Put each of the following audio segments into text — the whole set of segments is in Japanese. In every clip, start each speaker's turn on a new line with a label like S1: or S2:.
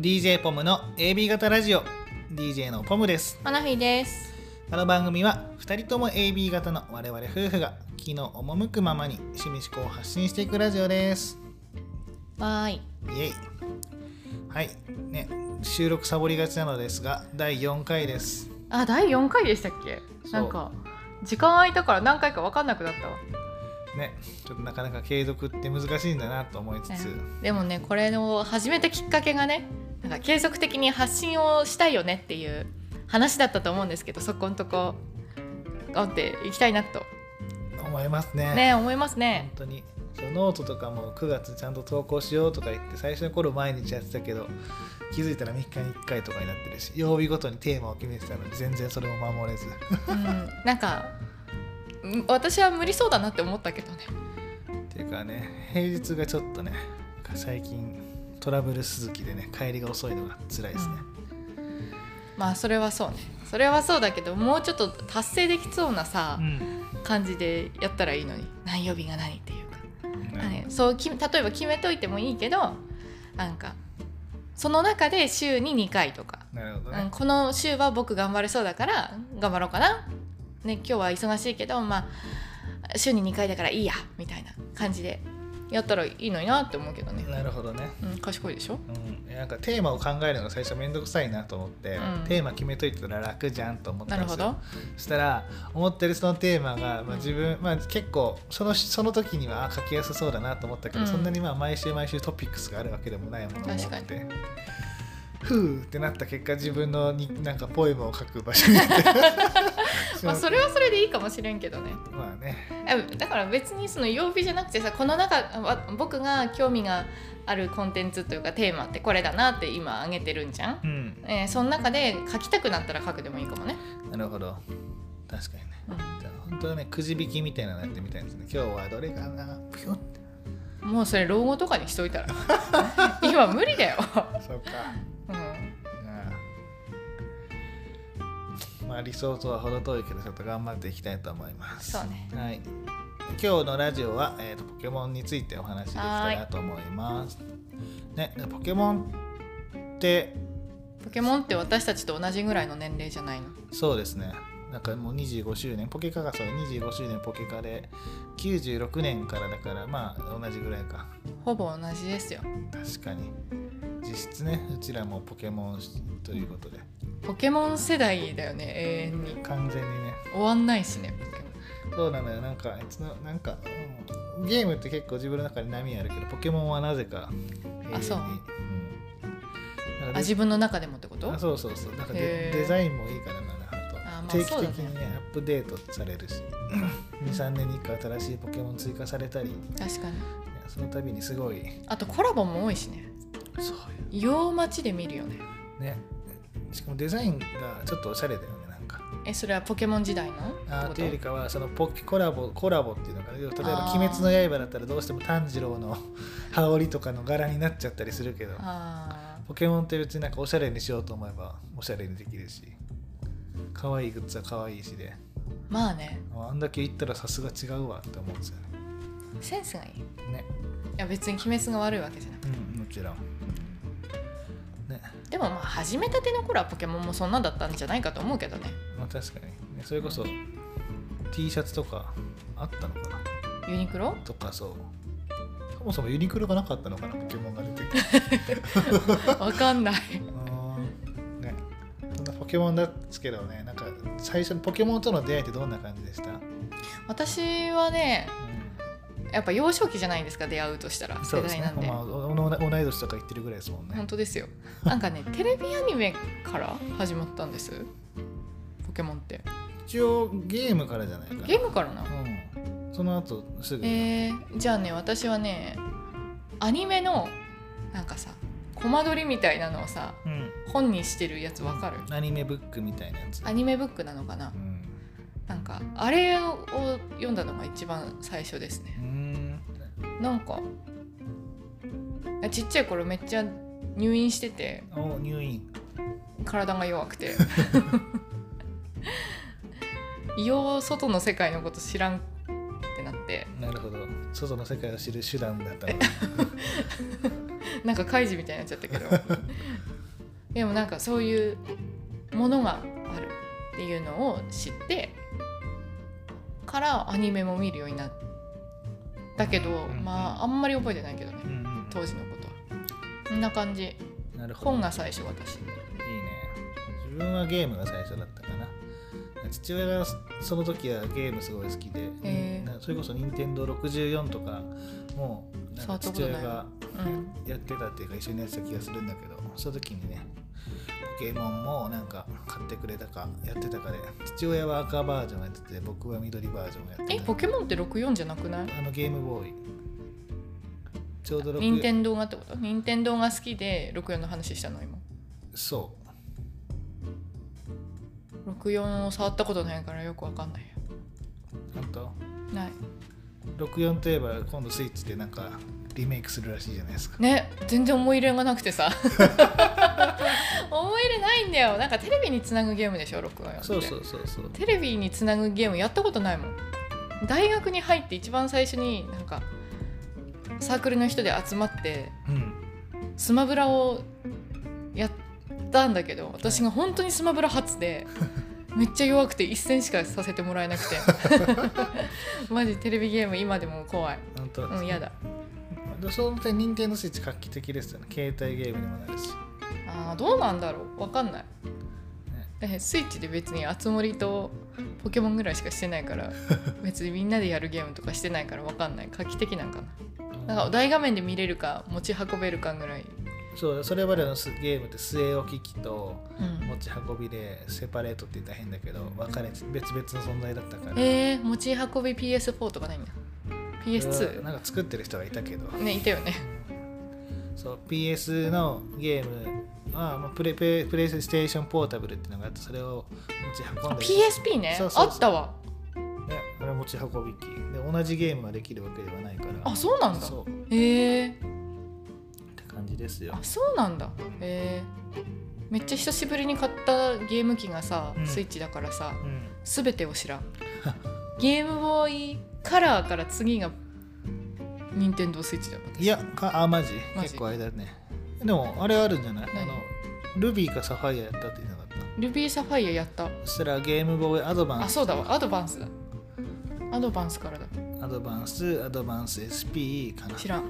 S1: DJ ポムの AB 型ラジオ DJ のポムです
S2: マナフィです。
S1: この番組は2人とも AB 型の我々夫婦が気の赴くままに趣味思考を発信していくラジオです
S2: わーい。
S1: イエイはいね収録サボりがちなのですが第4回です
S2: あ、第4回でしたっけ
S1: そう
S2: なんか、時間空いたから何回か分かんなくなったわ。
S1: ねちょっとなかなか継続って難しいんだなと思いつつ、
S2: でもね、これを始めたきっかけがね、なんか継続的に発信をしたいよねっていう話だったと思うんですけど、そこんとこ、頑張っていきたいなと、
S1: 思いますね
S2: ね、思います
S1: 本
S2: ね。
S1: 当にそのノートとかも9月ちゃんと投稿しようとか言って最初の頃毎日やってたけど気づいたら3日に1回とかになってるし曜日ごとにテーマを決めてたのに全然それも守れず
S2: うん、なんか、うん私は無理そうだなって思ったけどね。
S1: っていうかね平日がちょっとね最近トラブル続きでね帰りが遅いのが辛いですね、
S2: まあ、それはそうね。それはそうだけど、もうちょっと達成できそうなさ、感じでやったらいいのに何曜日が何っていうか、
S1: うん
S2: はいそうき例えば決めといてもいいけどなんかその中で週に2回とか、
S1: なるほど
S2: うん
S1: ね、
S2: この週は僕頑張れそうだから頑張ろうかな、ね、今日は忙しいけどまあ週に2回だからいいやみたいな感じでやったらいいのになって思うけどね、
S1: なるほどね
S2: うん、賢いでしょ
S1: うん、なんかテーマを考えるのが最初めんどくさいなと思って、
S2: うん
S1: テーマ決めといたら楽じゃんと思った
S2: なんる
S1: です
S2: ほ
S1: よ
S2: ど、
S1: そしたら思ってるそのテーマが、ま
S2: う
S1: あ、
S2: ん
S1: 自分、まあ、結構そのその時にはあ書きやすそうだなと思ったけど、
S2: うん
S1: そんなにまあ毎週毎週トピックスがあるわけでもないものを思っ
S2: 確か
S1: てふうってなった結果自分のになんかポエムを書く場所になって
S2: まあ、それはそれでいいかもしれんけどね
S1: まあね
S2: えだから別にその曜日じゃなくてさこの中わ僕が興味があるコンテンツというかテーマってこれだなって今挙げてるんじゃん、
S1: うん
S2: えーその中で書きたくなったら書くでもいいかもね、
S1: なるほど確かにね
S2: う
S1: じゃあ本当はねくじ引きみたいなのやってみたいですね今日はどれかなピュンって
S2: んもうそれ老後とかにしといたら 今無理だよ、
S1: そうか
S2: うん、
S1: うんまあ理想とは程遠いけどちょっと頑張っていきたいと思います。
S2: そうね
S1: はい。今日のラジオは、えー、とポケモンについてお話しできたらなと思います。ね、ポケモンって
S2: ポケモンって私たちと同じぐらいの年齢じゃないの
S1: そうですね。なんかもう25周年ポケカがそう25周年ポケカで96年からだからまあ同じぐらいか
S2: ほぼ同じですよ
S1: 確かに実質ねうちらもポケモンということで
S2: ポケモン世代だよね永遠に
S1: 完全にね
S2: 終わんないしね
S1: そうなのよなんかいつのなんか、うんゲームって結構自分の中で波あるけどポケモンはなぜか永遠に
S2: あそうん
S1: なん
S2: あ
S1: かで
S2: 自分の中でもってこと
S1: あそうそうそうなんか
S2: へ
S1: デ
S2: ー
S1: デザインもいいからかなと
S2: あまあ
S1: 定期的
S2: そう
S1: にねアップデートされるし23年に1回新しいポケモン追加されたり、ね
S2: 確かに
S1: その度にすごい
S2: あとコラボも多いしね
S1: そう
S2: 洋街で見るよね
S1: ねしかもデザインがちょっとおしゃれだよねなんか
S2: えそれはポケモン時代の
S1: あー
S2: っ
S1: というより
S2: てこ
S1: かはそのポケコラボコラボっていうのかな例えば「
S2: あー
S1: 鬼滅の刃」だったらどうしても炭治郎の 羽織とかの柄になっちゃったりするけど
S2: とあ
S1: ポケモンって別になんかおしゃれにしようと思えばおしゃれにできるし可愛いグッズは可愛いしで
S2: ーまあね
S1: ああんだけ言ったらさすが違うわって思うんですよね。
S2: センスがいいい
S1: ね、
S2: や別に鬼滅が悪いわけじゃなく
S1: うん、もちろん。ね、
S2: でもまあ始めたての頃はポケモンもそんなんだったんじゃないかと思うけどね
S1: まあ、確かに、ね、それこそ T シャツとかあったのかな
S2: ユニ クロ
S1: とかそう。そもそもユニクロがなかったのかなポケモンが出てきて。
S2: わかんない
S1: ね、そんなポケモンですけどね、なんか最初のポケモンとの出会いってどんな感じでした、
S2: 私はねやっぱ幼少期じゃないですか出会うとしたら
S1: そう
S2: 世
S1: ですね
S2: 代な、んで、
S1: まあ、おお同い年とか言ってるぐらいですもんね
S2: 本。当ですよな んかねテレビアニメから始まったんですポケモンって
S1: 一応ゲームからじゃないかな。
S2: ゲームからな
S1: うん、その後すぐ、
S2: えーじゃあね私はねアニメのなんかさコマ撮りみたいなのをさ
S1: うん、
S2: 本にしてるやつわかる
S1: アニメブックみたいなやつ。
S2: アニメブックなのかな
S1: うん
S2: なんかあれを読んだのが一番最初です
S1: う
S2: ね
S1: ん
S2: なんかちっちゃい頃めっちゃ入院してて
S1: お入院
S2: 体が弱くて異様外の世界のこと知らんってなって
S1: なるほど外の世界を知る手段だったの
S2: なんか開示みたいになっちゃったけどでもなんかそういうものがあるっていうのを知ってからアニメも見るようになったけど、
S1: ん
S2: まああんまり覚えてないけどね
S1: うん
S2: 当時のことはこんな感じ
S1: なるほど
S2: 本が最初私
S1: いいね自分はゲームが最初だったかな父親がその時はゲームすごい好きで、
S2: へー
S1: なそれこそ任天堂64とかもうなんか
S2: 触ったこ
S1: 父
S2: とない
S1: 親が
S2: うん
S1: やってたっていうか一緒にやってた気がするんだけどその時にねポケモンもなんか買ってくれたかやってたかで父親は赤バージョンやってて僕は緑バージョンやって
S2: えポ
S1: た
S2: ケモンって64じゃなくない
S1: あのゲームボーイちょうど
S2: 任
S1: 64
S2: 天堂がってこと任天堂が好きで64の話したの今
S1: そ
S2: 64を触ったことないからよくわかんないよ
S1: う本当
S2: ない
S1: 64といえば今度スイッチでなんかリメイクするらしいじゃないですか
S2: ね全然思い入れがなく てさ思い入れないんだよなんかテレビにつなぐゲームでしょ64って
S1: そうそうそうそう
S2: テレビにつなぐゲームやったことないもん大学に入って一番最初になんかサークルの人で集まって
S1: うん
S2: スマブラをやったんだけど私が本当にスマブラ初でめっちゃ弱くて一戦しかさせてもらえなく てマジテレビゲーム今でも怖い
S1: 本当
S2: うん嫌だ
S1: でその点任天堂スイッチ画期的ですよね携帯ゲームにもなるし
S2: あーどうなんだろうわかんないえスイッチで別に熱盛とポケモンぐらいしかしてないから 別にみんなでやるゲームとかしてないからわかんない画期的なんかななんか大画面で見れるか持ち運べるかぐらい、
S1: そうそれまでのすゲームって据え置き機と
S2: うん
S1: 持ち運びでセパレートって言ったら変だけど分かれて別々の存在だったから
S2: えー、持ち運び PS4 とかないんだ
S1: うん
S2: PS2
S1: なんか作ってる人がいたけど
S2: ねいたよね
S1: そう PS のゲームはまあプレプレプレイステーションポータブルっていうのがあってそれを持ち運ん
S2: あ
S1: だり
S2: PSP ね
S1: そうそうそう
S2: あったわ
S1: ね、あれ持ち運び機で同じゲームができるわけではないから
S2: あそうなんだ
S1: そうっ
S2: えー、
S1: て感じですよ
S2: あそうなんだえー、めっちゃ久しぶりに買ったゲーム機がさ、
S1: うん
S2: スイッチだからさ、
S1: うん
S2: すべてを知らんゲームボーイカラーから次が任天堂スイッチだよ
S1: いやかあマジ
S2: マジ
S1: 結構間だねでもあれあるんじゃない
S2: 何
S1: あのルビーかサファイアやったって言ってなかっ
S2: ルビーサファイアやった
S1: たそしたらゲームボーイアドバン
S2: あ
S1: ス
S2: そうだわアドバンスだアドバンスからだ
S1: アドバンスアドバンス SP かな
S2: 知らん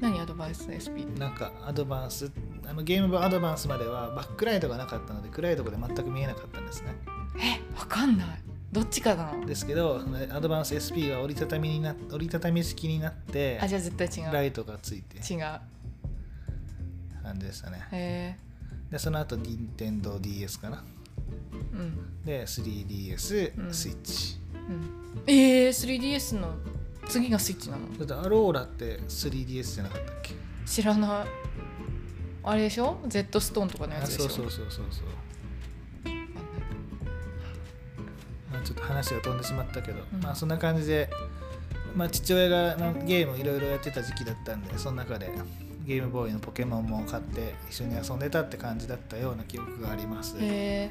S2: 何アドバンス SP って
S1: なんかアドバンスあのゲームボーイアドバンスまではバックライトがなかったので暗いところで全く見えなかったんですね
S2: えわかんないどっちかな
S1: ですけどそのアドバンス SP は折りたたみにな折りたたみ式になって
S2: あじゃあ絶対違
S1: ラ
S2: う
S1: イトがついて
S2: 違う
S1: 感じでしたね
S2: へえ
S1: でその後任天堂 d s かな
S2: うん
S1: で 3DS、
S2: うん
S1: スイッチ
S2: うんえー、3DS の次がスイッチなの
S1: だってアローラって 3DS じゃなかったっけ
S2: 知らないあれでしょ Z ストーンとかのや
S1: あ
S2: つでしょ
S1: そうそうそうそうそう、
S2: わかんない
S1: まあ、ちょっと話が飛んでしまったけど、
S2: うん
S1: まあそんな感じで、まあ、父親がなゲームをいろいろやってた時期だったんでその中でゲームボーイのポケモンも買って一緒に遊んでたって感じだったような記憶があります、
S2: へえ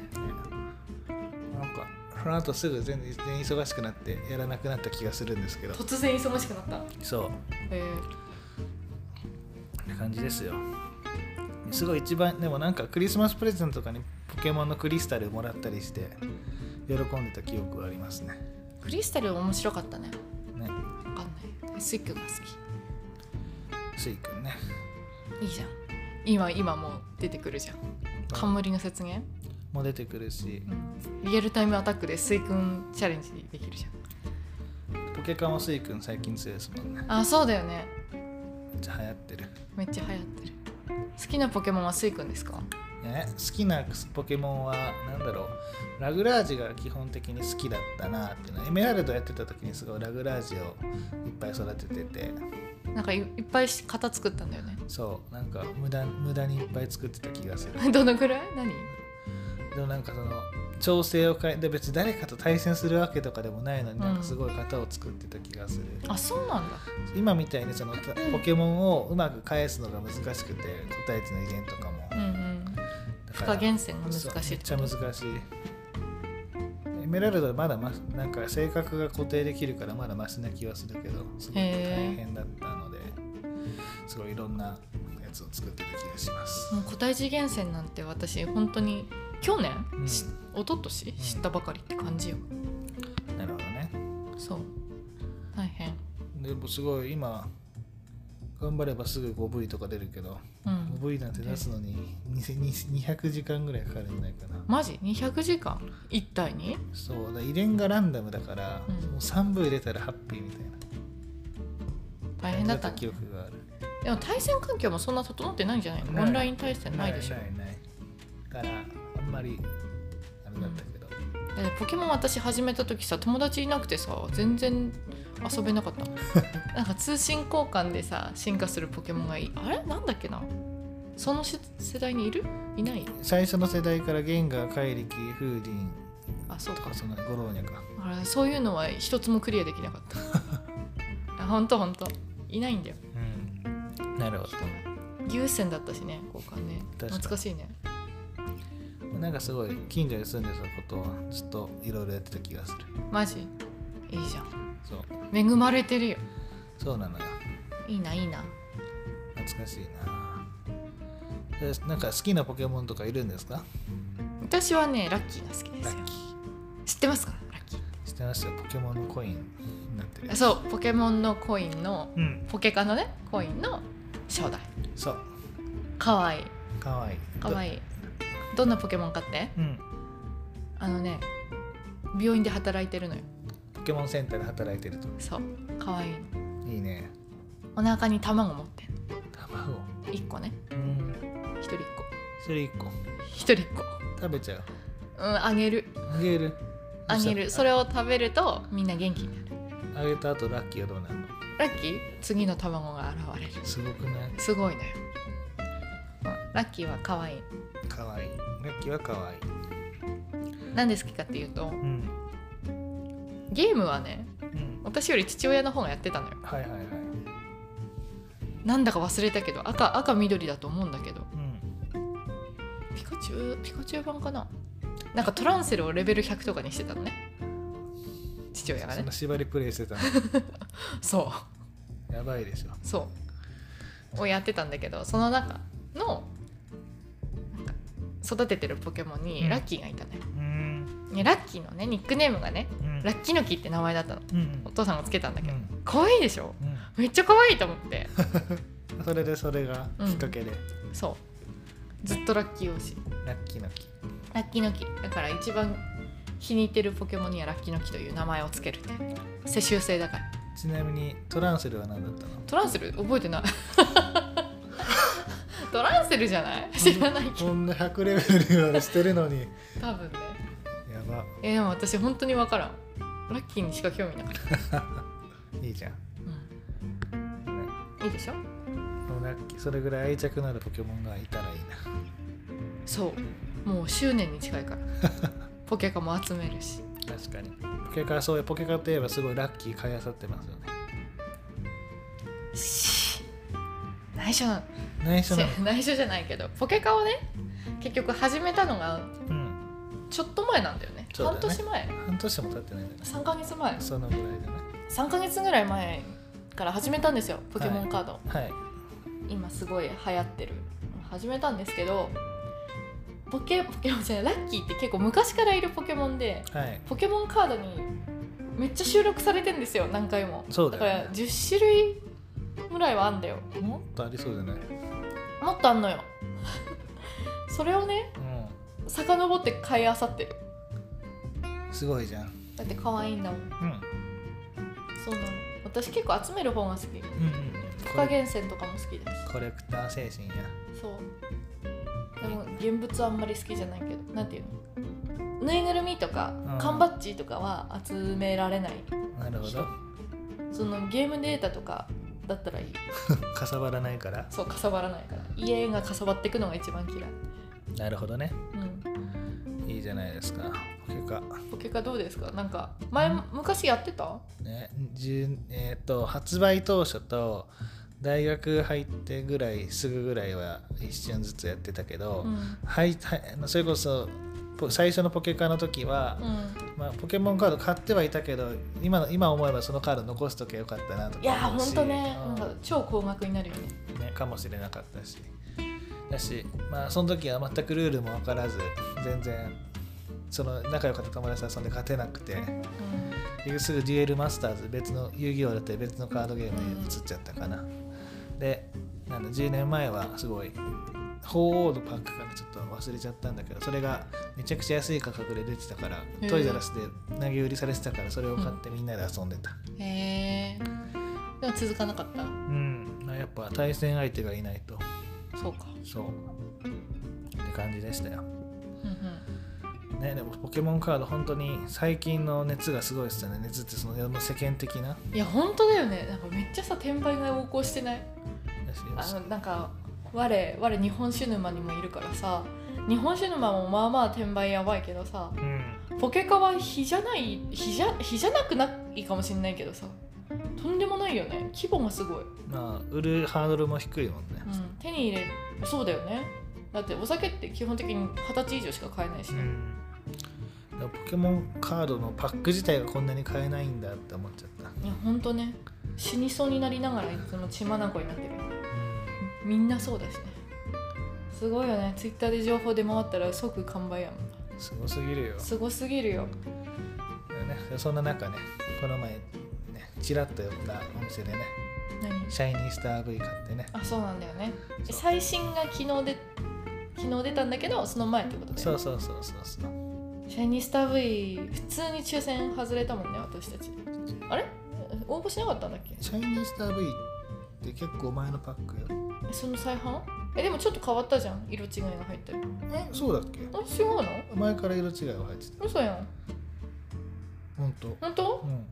S1: なんかその後すぐ全然忙しくなってやらなくなった気がするんですけど
S2: 突然忙しくなった
S1: そう
S2: えー
S1: な感じですよすごい一番でもなんかクリスマスプレゼントとかにポケモンのクリスタルもらったりして喜んでた記憶はありますね
S2: クリスタル面白かったね
S1: ね
S2: わかんないスイックが好
S1: スイ君ね
S2: きいいじゃん今今もう出てくるじゃん冠の雪原
S1: も出てくるし
S2: リアルタイムアタックでスイくんチャレンジできるじゃ
S1: ポケカもスイ君最近強いですもんね
S2: んあそうだよね
S1: めっちゃ流行ってる
S2: めっちゃ流行ってる好きなポケモンはスイくんですか
S1: ね好きなポケモンは何だろうラグラージが基本的に好きだったなっていうのエメラルドやってた時にすごいラグラージをいっぱい育ててて
S2: なんかいいっぱいし型作ったんだよね
S1: そうなんか無駄無駄にいっぱい作ってた気がする
S2: どのくらい何
S1: でもなんかその調整を変えで別に誰かと対戦するわけとかでもないのに
S2: うん
S1: なんかすごい型を作ってた気がする、
S2: あそうなんだ
S1: 今みたいにそのたポケモンをうまく返すのが難しくて個体値の威厳とかも
S2: うんうん
S1: だ
S2: 負
S1: から
S2: 荷厳選が難し
S1: そう
S2: い
S1: め
S2: っ
S1: ってちゃ難しいエメラルドはまだまなんか性格が固定できるからまだマシな気はするけどすごく大変だったのですごいいろんなやつを作ってた気がします
S2: もう個体次元線なんて私本当に去年、
S1: うん
S2: し一昨年
S1: ん
S2: 知ったばかりって感じよ、
S1: なるほどね
S2: そう大変
S1: でもすごい今頑張ればすぐ 5V とか出るけど
S2: うん
S1: 5V なんて出すのに200時間ぐらいかかるんじゃないかな
S2: マジ200時間1体に
S1: そうだ遺伝がランダムだから、
S2: うん
S1: もう 3V 出たらハッピーみたいな
S2: 大変だった
S1: や
S2: ね
S1: 記憶がある
S2: でも対戦環境もそんな整ってないんじゃないの
S1: ない
S2: オンライン対戦ないでしょ
S1: ないないだからあんまりあれだったけど、
S2: だってポケモン私始めた時さ友達いなくてさ全然遊べなかった もんなんか通信交換でさ進化するポケモンがいいあれなんだっけなその世世代にいるいない
S1: 最初の世代からゲンガー怪力風鈴
S2: あそう
S1: と
S2: か
S1: かそのゴローニャか
S2: あれそういうのは一つもクリアできなかっ たあ本当本当いないんだよ
S1: うんなるほ
S2: 人が牛戦だったしね交換ね
S1: 確かに
S2: 懐かしいね
S1: どなんかすごい近所に住んでたことはずっといろいろやってた気がする
S2: マジいいじゃん
S1: そう
S2: 恵まれてるよ
S1: そうなのよ
S2: いいないいな
S1: 懐かしいなえなんか好きなポケモンとかいるんですか
S2: 私はねラッキーが好きで
S1: ラ
S2: すよ
S1: ッキー
S2: 知ってますかラッキー
S1: 知ってましたよポケモンのコインになってるやつ
S2: そうポケモンのコインの
S1: うん
S2: ポケカのねコインの初代
S1: そう
S2: かわいい
S1: かわいい
S2: かわ
S1: い
S2: いいどんなポケモンかって
S1: うん
S2: あのね病院で働いてるのよ
S1: ポケモンセンターで働いてると
S2: そうかわいいの
S1: いいね
S2: お腹に卵持ってんの
S1: 卵
S2: 1個ね
S1: うん
S2: 1人1個
S1: それ1個
S2: 1人1個
S1: 食べちゃう
S2: うんあげる
S1: あげる
S2: あげるそれを食べるとみんな元気にな
S1: あ
S2: る
S1: げた後ラッキーはどうなるの
S2: ラッキー次の卵が現れる
S1: すごくない
S2: すごいのようんラッキーは可愛い
S1: かわいいラッキーはかわいい
S2: なんで好きかっていうと
S1: うん
S2: ゲームはね
S1: うん
S2: 私より父親の方がやってたのよ
S1: はいはいはい
S2: なんだか忘れたけど赤赤緑だと思うんだけど
S1: うん
S2: ピカチュウピカチュウ版かななんかトランセルをレベル100とかにしてたのね父親が
S1: そん
S2: ね
S1: な縛りプレイしてたの
S2: そ
S1: やばいでしょ
S2: うそうをやってたんだけどその中のなんか育ててるポケモン
S1: う
S2: に
S1: ん
S2: ラッキーがいたのよ、
S1: うん
S2: ねラッキーのねニックネームがね
S1: うん
S2: ラッキーの木って名前だったの
S1: うん
S2: お父さんがつけたんだけど、
S1: うん
S2: 可愛いでしょ
S1: う
S2: めっちゃ可愛いと 思って
S1: んそれでそれがきっかけで、
S2: そうずっとラッキー推し
S1: ラッキーの木
S2: ラッキーの木だから一番気に入ってるポケモンにはラッキーの木という名前をつけるって世襲制だから
S1: ちなみにトランセルは何だったの
S2: トランセル覚 えてないトランセルじゃない知らないけど
S1: こんな100レベルまでしてるのに
S2: 多分ね
S1: やば
S2: えでも私本当に分からんラッキーにしか興味なかった、
S1: いいじゃん、ね、
S2: うん、いいでしょ
S1: もうラッキーそれぐらい愛着のあるポケモンがいたらいいな
S2: そうもう執念に近いから ポケカも集めるし
S1: 確かにポケカそういうポケカといえばすごいラッキー買いあさってますよね
S2: し内緒な
S1: 内緒なの
S2: の内緒じゃないけどポケカをね結局始めたのが
S1: うん
S2: ちょっと前なんだよね
S1: そうだね
S2: 半年前
S1: 半年も経ってないんだね
S2: 3ヶ月前
S1: そのぐらいだね
S2: 3ヶ月ぐらい前から始めたんですよポケモンカード、
S1: はい
S2: 今すごい流行ってる始めたんですけどポケポケモンじゃないラッキーって結構昔からいるポケモンで
S1: はい
S2: ポケモンカードにめっちゃ収録されてんですよ何回も
S1: そうだよね
S2: から10種類ぐらいはあんだよ
S1: もっとありそうじゃない
S2: もっとあんのよ それをね
S1: う
S2: 遡って買いあさってる
S1: んすごいじゃん
S2: だって可愛いんだもん
S1: うん
S2: そうなの私結構集める方が好き
S1: うんうん
S2: 不
S1: コ
S2: 可
S1: レ
S2: 厳選とかも好きだし
S1: コレクター精神や
S2: そうでも現物はあんまり好きじゃないけどなんていうのぬいぐるみとか
S1: うん
S2: 缶バッジとかは集められない
S1: なるほど
S2: そのゲームデータとかだったらいい
S1: かさばらないから
S2: そうかさばらないから家がかさばっていくのが一番嫌い、
S1: なるほどね
S2: うん、
S1: いいじゃないですかポケカ
S2: ポケカどうですかなんか前
S1: うん
S2: 昔やってた
S1: ね10えっと発売当初と大学入ってぐらいすぐぐらいは一瞬ずつやってたけど、
S2: うん
S1: はいはいあのそれこそポ最初のポケカの時は、
S2: うん、
S1: まあ、ポケモンカード買ってはいたけど今の今思えばそのカード残しとけばよかったなと
S2: いや
S1: か
S2: ー
S1: 思う
S2: ほ
S1: し
S2: んとね、
S1: うん
S2: なんか超高額になるよね
S1: ね、かもしれなかったしだし、まあ、その時は全くルールも分からず全然その仲良かった友達と遊んで勝てなくてすぐデュエルマスターズ別の遊戯王だったり別のカードゲームに移っちゃったかなでなんだ10年前はすごい鳳凰のパックからちょっと忘れちゃったんだけどそれがめちゃくちゃ安い価格で出てたから
S2: へえ
S1: トイザらスで投げ売りされてたからそれを買ってみんなで遊んでた
S2: うんへえでも続かなかった
S1: うん、やっぱ対戦相手がいないと
S2: そうか
S1: そうって感じでしたよ
S2: うんうん
S1: ね、でもポケモンカード本当に最近の熱がすごいですよね熱ってその世の世間的ない
S2: やほんとだよねなんかめっちゃさ転売が横行してない
S1: ですよ
S2: あのなんか我我日本酒沼にもいるからさ日本酒沼もまあまあ転売やばいけどさ
S1: うん
S2: ポケカは比じゃない比じゃ比じゃなくないかもしれないけどさとんでもないよね規模がすごい、
S1: まあ売るハードルも低いもんね
S2: うん、手に入れそうだよねだってお酒って基本的に二十歳以上しか買えないしね、
S1: でもポケモンカードのパック自体がこんなに買えないんだって思っちゃった、
S2: いやほんとね死にそうになりながらいつも血眼になってる
S1: うん
S2: みんなそうだしねすごいよねツイッターで情報出回ったら即完売やもんな
S1: すごすぎるよ、ね、
S2: すごすぎるよ
S1: そんな中ねこの前ねちらっと寄ったお店でね
S2: 何
S1: シャイニースター V 買ってね
S2: あそうなんだよね
S1: そう
S2: 最新が昨日で昨日出たんだけどその前ってことで
S1: そうそうそうそうそう
S2: シャイニースター V 普通に抽選外れたもんね私たちあれ応募しなかったんだっけ
S1: シャイニースター V って結構前のパックよ
S2: えその再販えでもちょっと変わったじゃん色違いが入ってる
S1: えそうだっけ
S2: あ違うの
S1: 前から色違いは入ってた
S2: 嘘やん
S1: 本当
S2: 本当
S1: うん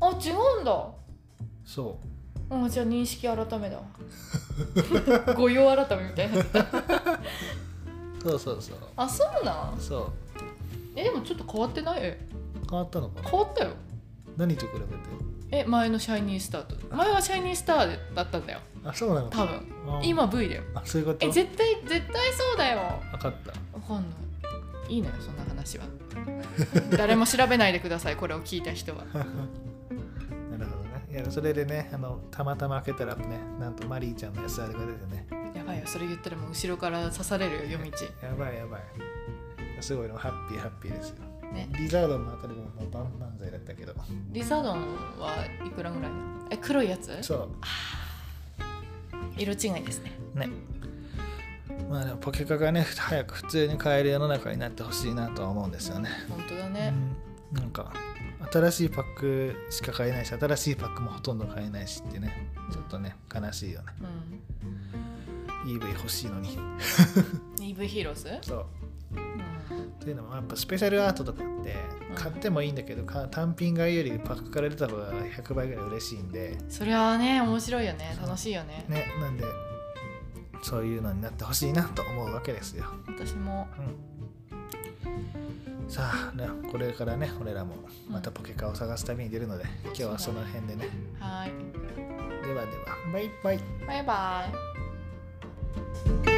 S2: あ違うんだ
S1: そ
S2: あじゃあ認識改めだ わ御用改めみたいな
S1: うそうそうそう
S2: あそうなん
S1: そう
S2: えでもちょっと変わってないえ
S1: 変わったのかな
S2: 変わったよ
S1: 何と比べて
S2: え前のシャイニースターと前はシャイニースターだったんだよ
S1: あそうなの
S2: 多分
S1: あ
S2: 今 V だよ
S1: あそういうこと
S2: え絶対絶対そうだよ
S1: 分かった
S2: わかんないいいのよそんな話は誰も調べないでくださいこれを聞いた人は
S1: なるほどね。いやそれでねあの、たまたま開けたらね、なんとマリーちゃんの SR が出てね、
S2: やばいよそれ言ったらもう後ろから刺されるよ夜道
S1: やばいやばい。すごいの、ハッピーハッピーですよ。
S2: ね
S1: リザードンのあたりももう万々歳だったけど、
S2: リザードンはいくらぐらいなのえ黒いやつ
S1: そ
S2: 色違いですね
S1: う、ね。まあでもポケカがね、早く普通に買える世の中になってほしいなとは思うんですよね。
S2: 本当だ
S1: う
S2: ね、
S1: んなんか、新しいパックしか買えないし、新しいパックもほとんど買えないしってね、ちょっとね、悲しいよね。
S2: うん
S1: EV 欲しいのに。
S2: EV ヒーローズ、
S1: そう。
S2: うん、
S1: というのもやっぱスペシャルアートとかって
S2: うん
S1: 買ってもいいんだけど、か単品買いよりパックから出た方が100倍ぐらい嬉しいんで、
S2: それはね面白いよね楽しいよね
S1: ね、なんでそういうのになってほしいなと思うわけですよ。
S2: 私も
S1: さあ、ね、これからね俺らもまたポケカを探す旅に出るので、今日はその辺でね。
S2: はーい
S1: ではではバイバイ。
S2: バイバイ